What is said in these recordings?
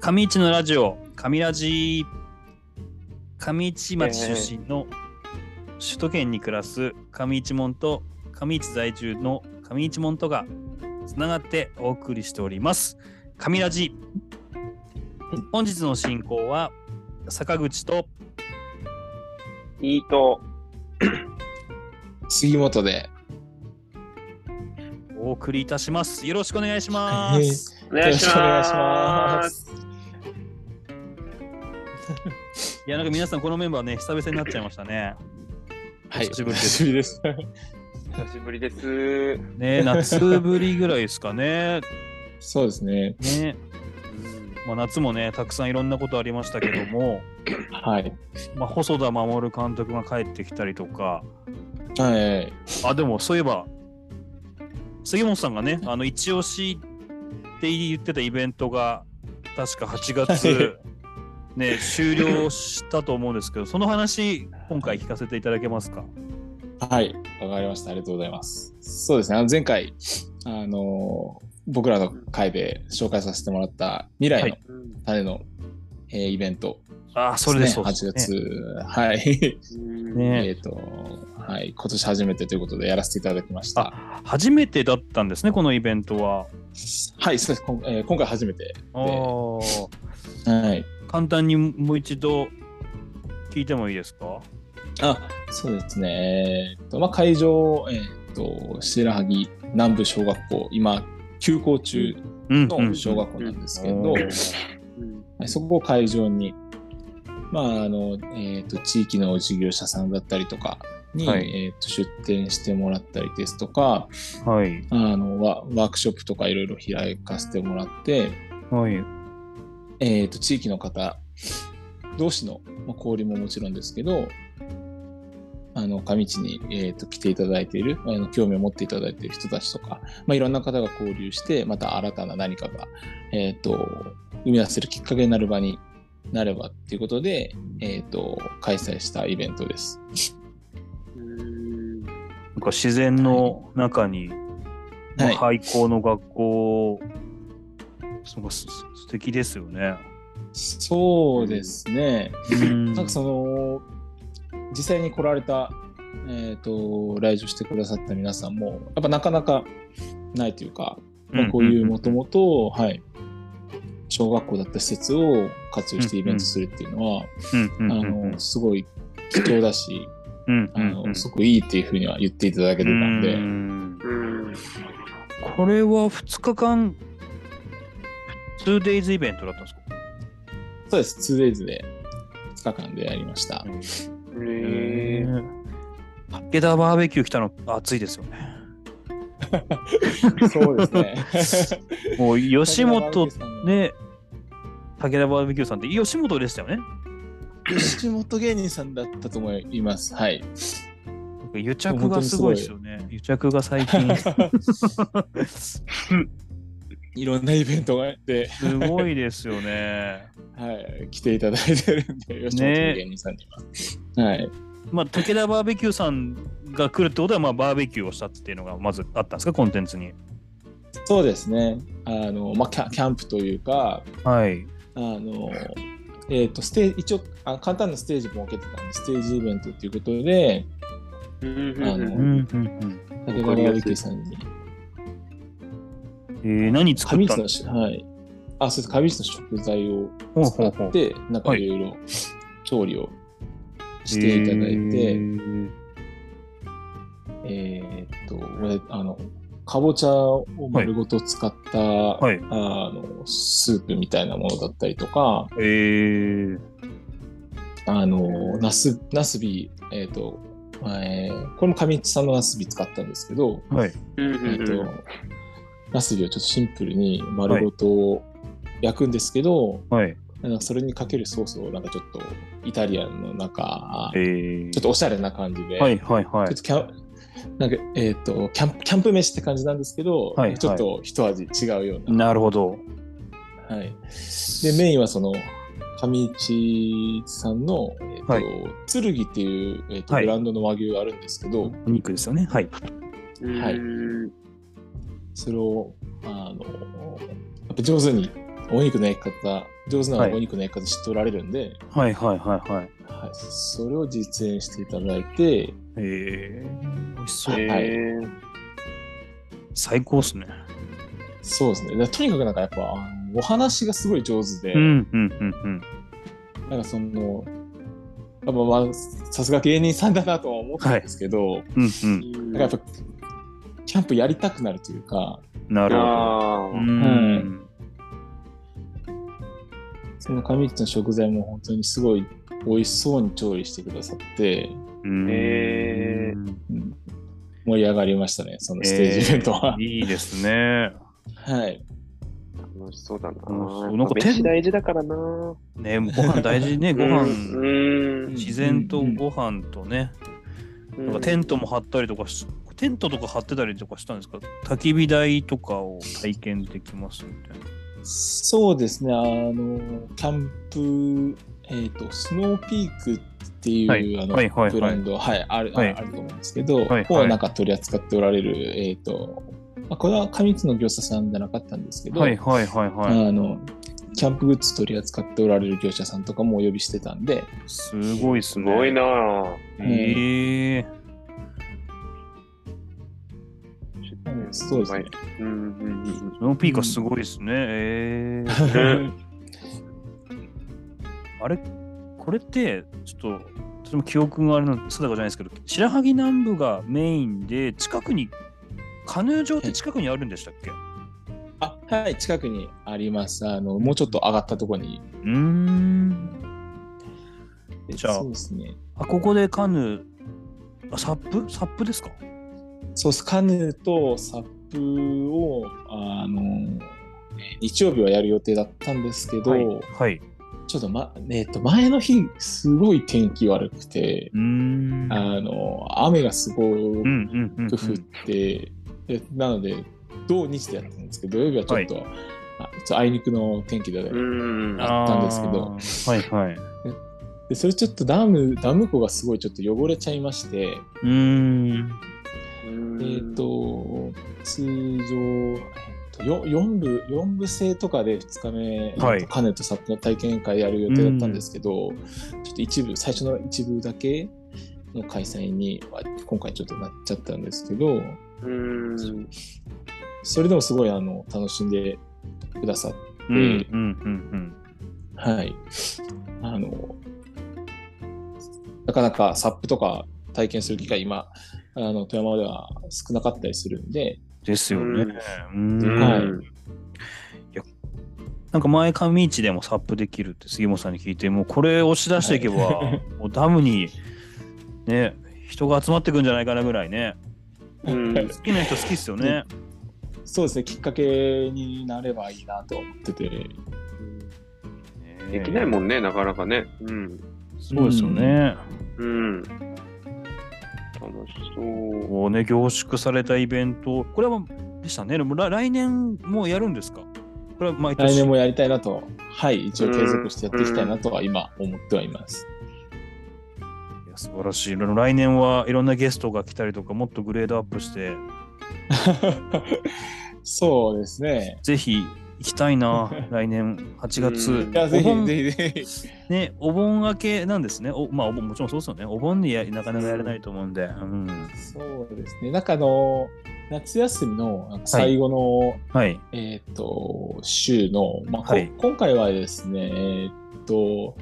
上市のラジオ、上ラジ、上市町出身の首都圏に暮らす上市門と上市在住の上市門とがつながってお送りしております。上ラジ、本日の進行は坂口といいと、杉本で。お送りいたします。よろしくお願いします。お願いしま。よろしくお願いしますす。いや、なんか皆さんこのメンバーね、久々になっちゃいましたね。はい、久しぶりです久しぶりです。久しぶりです。ね夏ぶりぐらいですかね。 そうですね。ねまあ、夏もね、たくさんいろんなことありましたけども、はい。まあ、細田守監督が帰ってきたりとか、はい。あ、でもそういえば、杉本さんがね、あの、一押しって言ってたイベントが、確か8月、 ね、終了したと思うんですけど、その話、今回聞かせていただけますか。はい。わかりました。ありがとうございます。そうですね。あの前回、あのー僕らの会で紹介させてもらった未来の種の、えーイベントあ、ですそね。れです、そうです8月、はい。ね えっと、はい。今年初めてということでやらせていただきました。初めてだったんですね、このイベントは。はい、そうです。こんえー今回初めて。あーはい。簡単にもう一度聞いてもいいですかあそうですね、えーっとまあ、会場、えーっと白萩南部小学校今休校中うんの小学校なんですけど、うんうんはいそこを会場に、まああのえーっと地域の事業者さんだったりとかに、はいえーっと出展してもらったりですとかはい。あのワワークショップとかいろいろ開かせてもらって、はい。えー、と地域の方同士の、まあ、交流ももちろんですけどあの上市に、えー、と来ていただいているあの興味を持っていただいている人たちとか、まあ、いろんな方が交流してまた新たな何かが、えー、と生み出せるきっかけになる場になればっていうことで、えー、と開催したイベントです。なんか自然の中に、まあはい、廃校の学校、すごいすす素敵ですよね。そうですね、うんなんかその実際に来られた、えー、と来場してくださった皆さんもやっぱなかなかないというか、まあ、こういうもともとはい小学校だった施設を活用してイベントするっていうのは、うんうんうんあのすごい貴重だし、うんあうんうんのすごくいいっていうふうには言っていただけてたんで、うんこれは2日間、2days イベントだったんですかそうです 2days で2日間でやりました。え武田バーベキュー来たの暑いですよね。そう ですね。もう吉高本田さんのね、武田バーベキューさんって吉本でしたよね。吉本芸人さんだったと思います。はい。なんか癒着がすごいですよね。癒着が最近。 いろんなイベントがあって、すごいですよね。はい、来ていただいてるんで、吉本の芸人さんには。はい、まあ、武田バーベキューさんが来るってことは、まあ、バーベキューをしたっていうのがまずあったんですか、コンテンツに。そうですねあの、まあキャ、キャンプというか、はい。あのえー、とステージ一応あ、簡単なステージも設けてたんで、ステージイベントということで、ううんうん武田バーベキューさんに、うん。えー、何作上った市ののし、はい、あ、そうです、上市の食材をほう使ほうほうっ。て、なんかいろいろ調理をしていたえだいて、ーえーっと、俺、あの、かぼちゃを丸ごと使った、いあの、スープみたいなものだったりとか、えー、あの、なす、なすび、えーっと、えーこれも上市さんのなすび使ったんですけど、はい。えーっと、なすびをちょっとシンプルに丸ごと焼くんですけど、はい。なんかそれにかけるソースをなんかちょっとイタリアンのなんかえ、ーちょっとおしゃれな感じで、はいはいはちいょっ。とキャンなんかえっ、とキャンプキャンプ飯って感じなんですけど、はいはいちょっと一味違うような。なるほど。はい、でメインはその上市さんの、えーとはい剣っていう、えーとはいブランドの和牛があるんですけど、お肉ですよね。はい。はいそれをあのやっぱ上手にお肉の焼き方上手なはいお肉の焼き方知っておられるんで、はいはいはいはい。はい、それを実演していただいて、えー、美味しそう。はいえー最高っすね。そうですね。だからとにかくなんかやっぱ、あのお話がすごい上手で、うんうんうんうん。なんかその、やっぱまあ、さすが芸人さんだなとは思ったんですけど、うんなんかやっぱ、キャンプやりたくなるというか、うん。なるほど。あうーん。その上市の食材も本当にすごい美味しそうに調理してくださって、うんえうん盛り上がりましたね、そのステージイベントは。えーいいですね。はい。楽しそうだな。楽しそうなんか飯天大事だからな。ごねご飯大事ね。ごう飯、ん。自然とうんご飯とね。うんなんかテントも張ったりとかし、テントとか張ってたりとかしたんですか焚き火台とかを体験できますみたいな。そうですね、あの、キャンプ、えっ、と、スノーピークっていう、はいあの、はいはいはいブランド、はい、ある、はいあると思うんですけど、はいをなんか取り扱っておられる、えっ、と、まあ、これは上市の業者さんじゃなかったんですけど、はいはいはいはい。あの、キャンプグッズ取り扱っておられる業者さんとかもお呼びしてたんで、すごいっすすね。ごいな。ええそうですね。うんうんうんそのピーカすごいですね。ええ あれこれって、ちょっと、その記憶があれの定かじゃないですけど、白萩南部がメインで、近くに、カヌー場って近くにあるんでしたっけうあはい、近くにあります。あの、もうちょっと上がったところに。ーん。じゃあそうですね。あ、ここでカヌー、あ、サップサップですかそうです。カヌーとサップを、あの、えー日曜日はやる予定だったんですけど、はいはい。ちょっと、ま、えっ、と、前の日、すごい天気悪くて、うーん。あの、雨がすごうんうんうんうんく降って、でなので、土日でやったんですけど、土曜日はちょっと、あちょっとあいにくの天気で、うんあったんですけあどーはいはい。でそれちょっとダムダム湖がすごいちょっと汚れちゃいまして、うーん。うんえっ、と通常、えっと、よ四部四部制とかで2日目、はいえっとカネとサップの体験会やる予定だったんですけど、ちょっと一部最初の一部だけの開催には今回ちょっとなっちゃったんですけどうんそれでもすごいあの楽しんでくださって、うんうんうんはいあのなかなかサップとか体験する機会今あの富山では少なかったりするんで、うん。ですよね。う。うんんはいなんか前上市でもサップできるって杉本さんに聞いて、もうこれ押し出していけば、はもうダムにね、人が集まってくんじゃないかなぐらいね。うん好きな人好きっすよね。そうですね、きっかけになればいいなと思ってて。できないもん。んね、なかなかね。うん。そうですよね。うん。楽しそう。こうね、凝縮されたイベント。これは、でしたね。でも来来年もうやるんですかこれは毎年。来年もやりたいなと、はい、一応継続してやっていきたいなとは今思っては います。いや素晴らしい。来年はいろんなゲストが来たりとか、もっとグレードアップして、そうですね。ぜひ行きたいな、来年8う月んい。や、ぜおひ盆ぜひぜひ。ね、お盆明けなんですね。おまあ、お盆もちろんそうですよね。お盆にやなかなかやれないと思うんで。うん、そうですね。なんかあの、夏休みのなんか最後の、はい。えっ、と、週の、まあこはい今回はですね、えっ、と、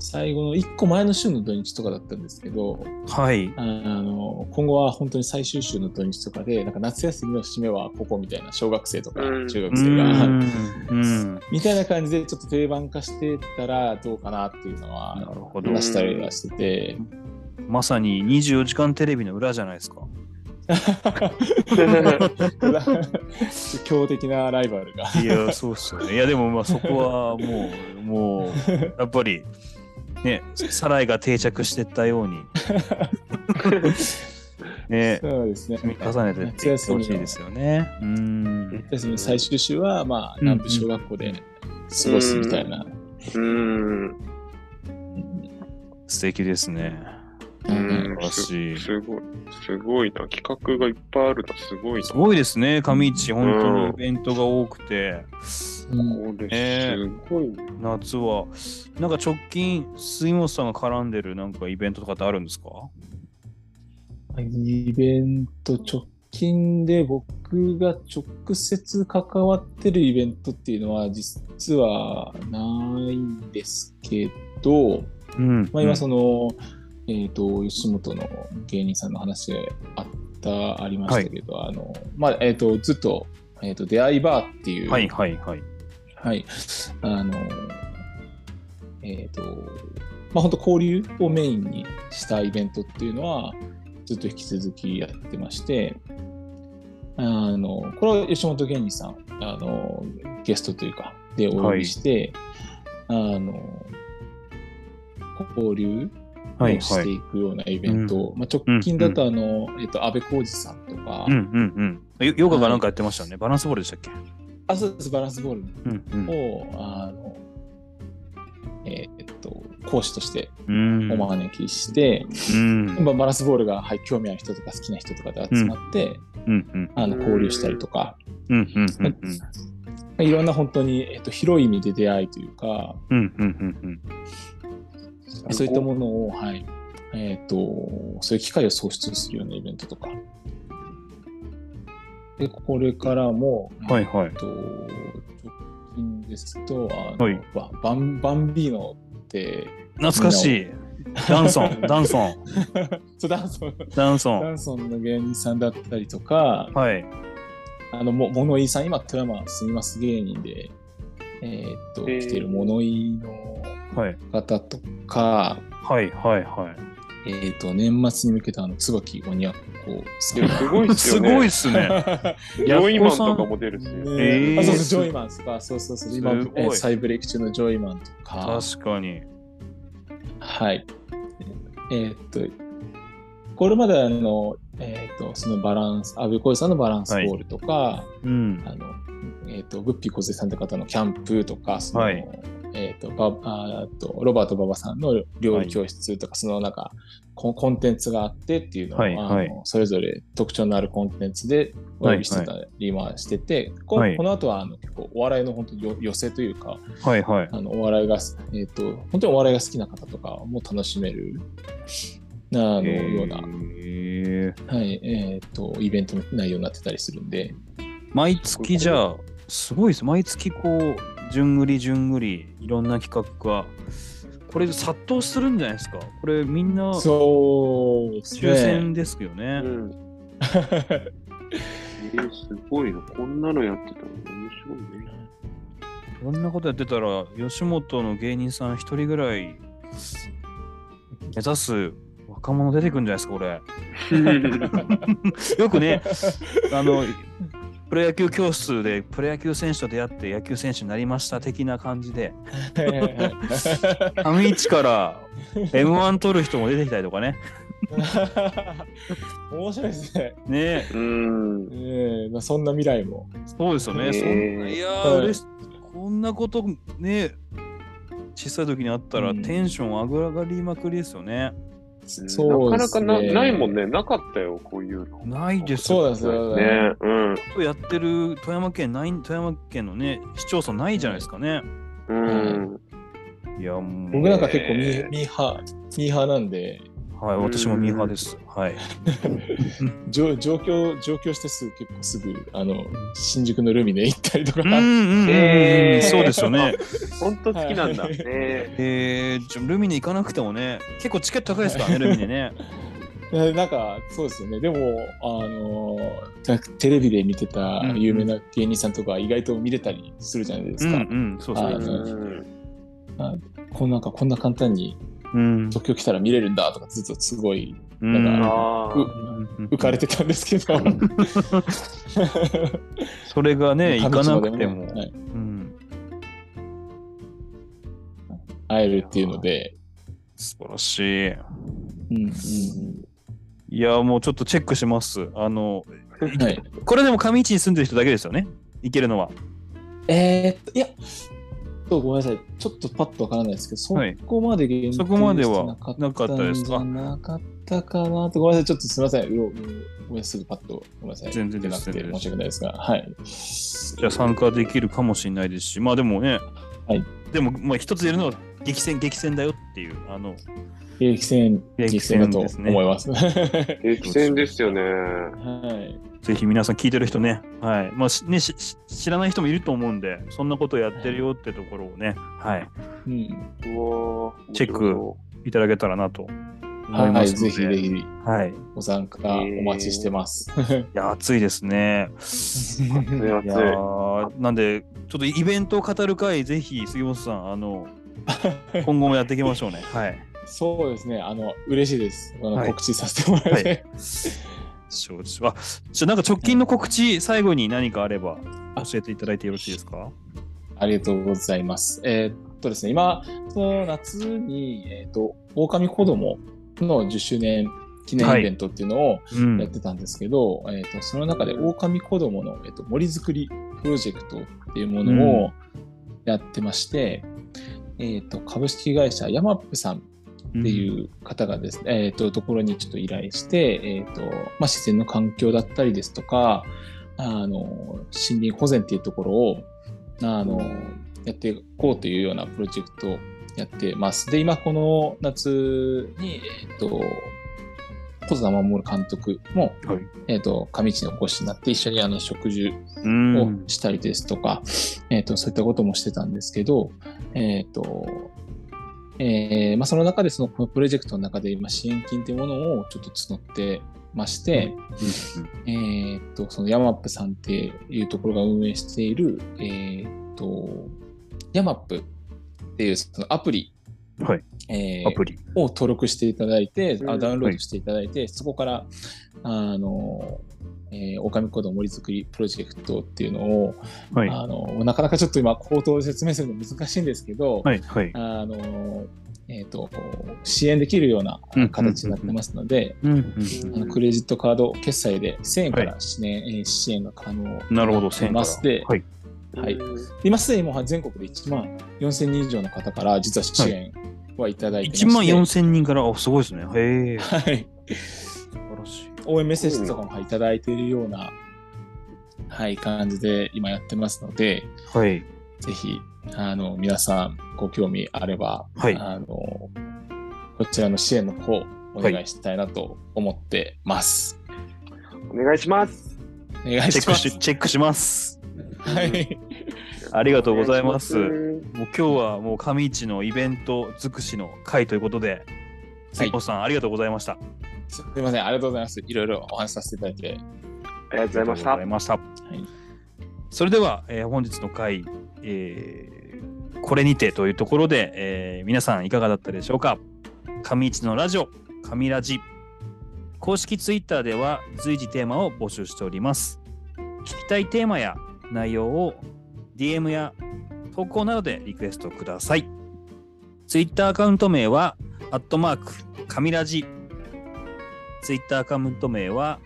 最後の1個前の週の土日とかだったんですけど、はい。あの今後は本当に最終週の土日とかでなんか夏休みの締めはここみたいな小学生とかうん中う学生が、ん。うん みたいな感じでちょっと定番化してったらどうかなっていうのはなるほど。話したりはしてて、まさに24時間テレビの裏じゃないですか。強敵なライバルが。いや、そうっすよね。いや、でもまあそこはも う、もう、やっぱり、ね、サライが定着してったよう に、ね、そうですね積み重ねてっていってほしいですよね。うん。夏休み の最終週は、まあ、うん南部小学校で過ごすみたいな。うん。素敵ですね。うん素晴らしいすごい、すごいな。企画がいっぱいあるな。すごいな。すごいですね、上市、ん本当にイベントが多くて、うんこれ、ねすごいね。夏は、なんか直近、杉本さんが絡んでるなんかイベントとかってあるんですかイベント直近で僕が直接関わってるイベントっていうのは実はないんですけど、うん。まあ、今その、えっ、と、吉本の芸人さんの話であった、ありましたけど、あの、まあ、えっ、と、ずっと、えっ、と、出会いバーっていう、はいはいはい。はい。あの、えっ、と、まあ、本当交流をメインにしたイベントっていうのは、ずっと引き続きやってまして、あの、これは吉本芸人さん、あの、ゲストというか、でお呼びして、あの、交流をはいしはてい。いくようなイベント、まあ、直近だと、あの、えっ、と、安倍浩二さんとか、うんうんうん。ヨヨガがなんかやってましたよね。バランスボールでしたっけあ、そうです、バランスボールのうんを、あの、えーっと、講師としてうん。お招きして、うん。うんまあバランスボールが、はい、興味ある人とか好きな人とかで集まって、うんあの交流したりとか、うんうんうんうんいろんな本当に、えーっと、広い意味で出会いというか、うんうんうんごいそういったものを、はい、えーっと、そういう機会を創出するようなイベントとか。で、これからも、うんはいはいえーっ。と、直近ですと、あのはいババンバンビーノって、 懐かしい。ダンソン、ダンソン、そうダンスのダンソダン。ンソンの芸人さんだったりとか、はい。あの、も物言いさん、今、富山住みます芸人で、えーっと、えー来ている物言いのはい。方とか、はいはいはえーっと、年末に向けたあの、椿鬼奴さいや、すごいっい。すすよ ね。ごいっすね。 ジョイマンとかやっこも出るし。ん。えーあ、そうそう、ジョイマンとか、そうそうそう、今、えすごいー再ブレイク中のジョイマンとか、さん確かに。はい。えーっと、これまであの、えーっと、そのバランス、安部浩二さんのバランスボールとか、うん。あの、えっ、と、グッピー小杉さんって方のキャンプとか、その、はいえっ、と、ば、あーと、ロバート馬場さんの料理教室とか、そのなんか、コンコンテンツがあってっていうのを、はいあのはいそれぞれ特徴のあるコンテンツでお呼びしてたりはしてて、こはいこの後はあの結構お笑いの本当によ寄せというか、はいはい。あのお笑いが、えっ、と、本当にお笑いが好きな方とかも楽しめる、あの、ような、へーはい、えっ、と、イベントの内容になってたりするんで、毎月じゃあ、すごいです。毎月こう、じゅんぐりじゅんぐり、いろんな企画が。これ殺到するんじゃないですか。これみんなそうですね抽選ですよね。うん。えー、すごいな。こんなのやってたの面白いね。こんなことやってたら、吉本の芸人さん一人ぐらい目指す若者出てくるんじゃないですか、これ。 よく ね、あの、プロ野球教室でプロ野球選手と出会って野球選手になりました的な感じで、 はいはいはい上市から M1 取る人も出てきたりとかね。面白いですね。ねうん。ええまあ、そんな未来も。そうですよね。そんへえいやはー、い嬉しこんなことね、小さい時にあったらうんテンション上がりまくりですよね。そうなでかなかすねなないもんね。なかったよ、こういうの。ないですそうなんですよ。ね。うん。ちょっとやってる富山県ない富山県のね市町村ないじゃないですかね。うん。いやもう僕なんか結構ミ,、ええミーハー、ミーハーなんで、はい私もミーハーです。 はい。上上京、上京してすぐ結構すぐ、あの、新宿のルミネ行ったりとか。うんうんうんうん、えーそうですよね。本当好きなんだ。はいねえー、じゃルミネ行かなくてもね結構チケット高いですからねルミネね。えなんか、そうですよね。でも、あの、たテレビで見てたうんうん有名な芸人さんとか意外と見れたりするじゃないでうすんか。うんそううそ。はいうん。こうなんかこんな簡単にうん。東京来たら見れるんだとかずっとすごいうんあうあ。浮かれてたんですけど。 それがね行神かな様くてでも。はいうん会えるっていうので、素晴らしい。うんいやもうちょっとチェックします。あのうんはい、これでも上市に住んでる人だけですよね行けるのは。えーっといやとごめんなさい、ちょっとパッとわからないですけど、はいそこまで限定そこまではしてなかったんじなかゃなかったかなと、ごめんなさい、ちょっとすみません、うろうろごめんすぐパッと、ごめんなさい、全然です出なく全然てで申すし訳ないですが、はい。じじゃあ参加できるかもしれないですし、まあでもね、はいでも、まあ、一つ言えるのは激戦、激戦だよっていう、あの、激戦、激激戦戦だと思います。 激戦ですよね。はい。ぜひ皆さん聞いてる人ね、はい。まあ、しね、しし知らない人もいると思うんで、そんなことやってるよってところをね、はい、ううん。わーチェック。いただけたらなと思いはまい、すので。ぜひぜひはい。いご参加お待ちし てます。や、暑いですね。面い白いや熱い熱い。ーなんで、ちょっとイベントを語る会、ぜひ杉本さん、あ の、今後もやっていきましょうね。はい。そうですね、あの、嬉しいです。あの、はい告知させてもらって。承知あじゃあなんか直近の告知、最後に何かあれば教えていただいてよろしいですか ありがとうございます。えーっとですね、今、その夏に、えーっと、狼子供の10周年記念イベントっていうのをうんやってたんですけど、えーっと、その中で狼子供の、えーっと、森づくりプロジェクトっていうものをやってまして、えーっと、株式会社ヤマップさんっていう方がですね、えーと、ところにちょっと依頼して、えーとまあ、自然の環境だったりですとか、あの、森林保全っていうところを、あの、やっていこうというようなプロジェクトをやってます。で、今この夏に、えーと、小田守監督も、はいえーと、上地にお越しになって一緒にあの、植樹うんをしたりですとか、えー、とそういったこともしてたんですけど、えーとえーまあ、その中でそのこのプロジェクトの中で今支援金というものをちょっと募ってまして、えー、とそのヤマップさんっていうところが運営している、えー、とヤマップっていうそのアプリ、はいえーアプリ。を登録していただいて、うあんダウンロはーいドしていただいて、そこから、あの、えー、おかみこどもりづくりプロジェクトっていうのを、はい。あの、なかなかちょっと今、口頭で説明するの難しいんですけど、はい。はい。あの、えっ、と、支援できるようなうん形になってますので、うんあのクレジットカード決済で1000円から支援,、えー支援が可能なるほど、になって1000まかすらで、はい。はい今すでにもう全国で1万4000人以上の方から実は支援はいただいてまして、 1万4000人から、あ、すごいですね。へえ。素はい晴らしい。応援メッセージとかもはいいただいているような、はい、感じで今やってますので、はい。ぜひ、あの、皆さんご興味あれば、はいあの、こちらの支援の方、お願いしたいなと思ってます。お願いします。お願いチェッしクますし、。チェックします。はい。ありがとうございますお願いしもう今日はもう上市のイベント尽くしの会ということで、杉本さん、ありがとうございました。すみません、ありがとうございます。いろいろお話しさせていただいて。ますありがとうございましたありがとうござい。ました。いそれでは、えー本日の回、えーこれにてというところで、えー皆さんいかがだったでしょうか上市のラジオ、上ラジ。公式ツイッターでは随時テーマを募集しております。聞きたいテーマや内容を DM や投稿などでリクエストください。ツイッターアカウント名は、アットマーク、上ラジ。ツイッターアカウント名は、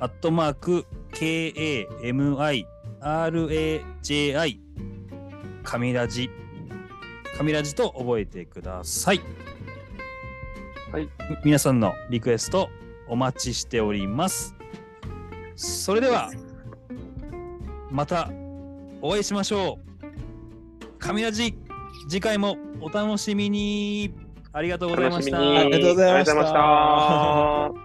アットマーク、KAMIRAJI 神ラジ神ラジと覚えてくださいはい皆さんのリクエストお待ちしておりますそれではまたお会いしましょう神ラジ次回もお楽しみにありがとうございましたお楽しみにありがとうございましたありがとうございました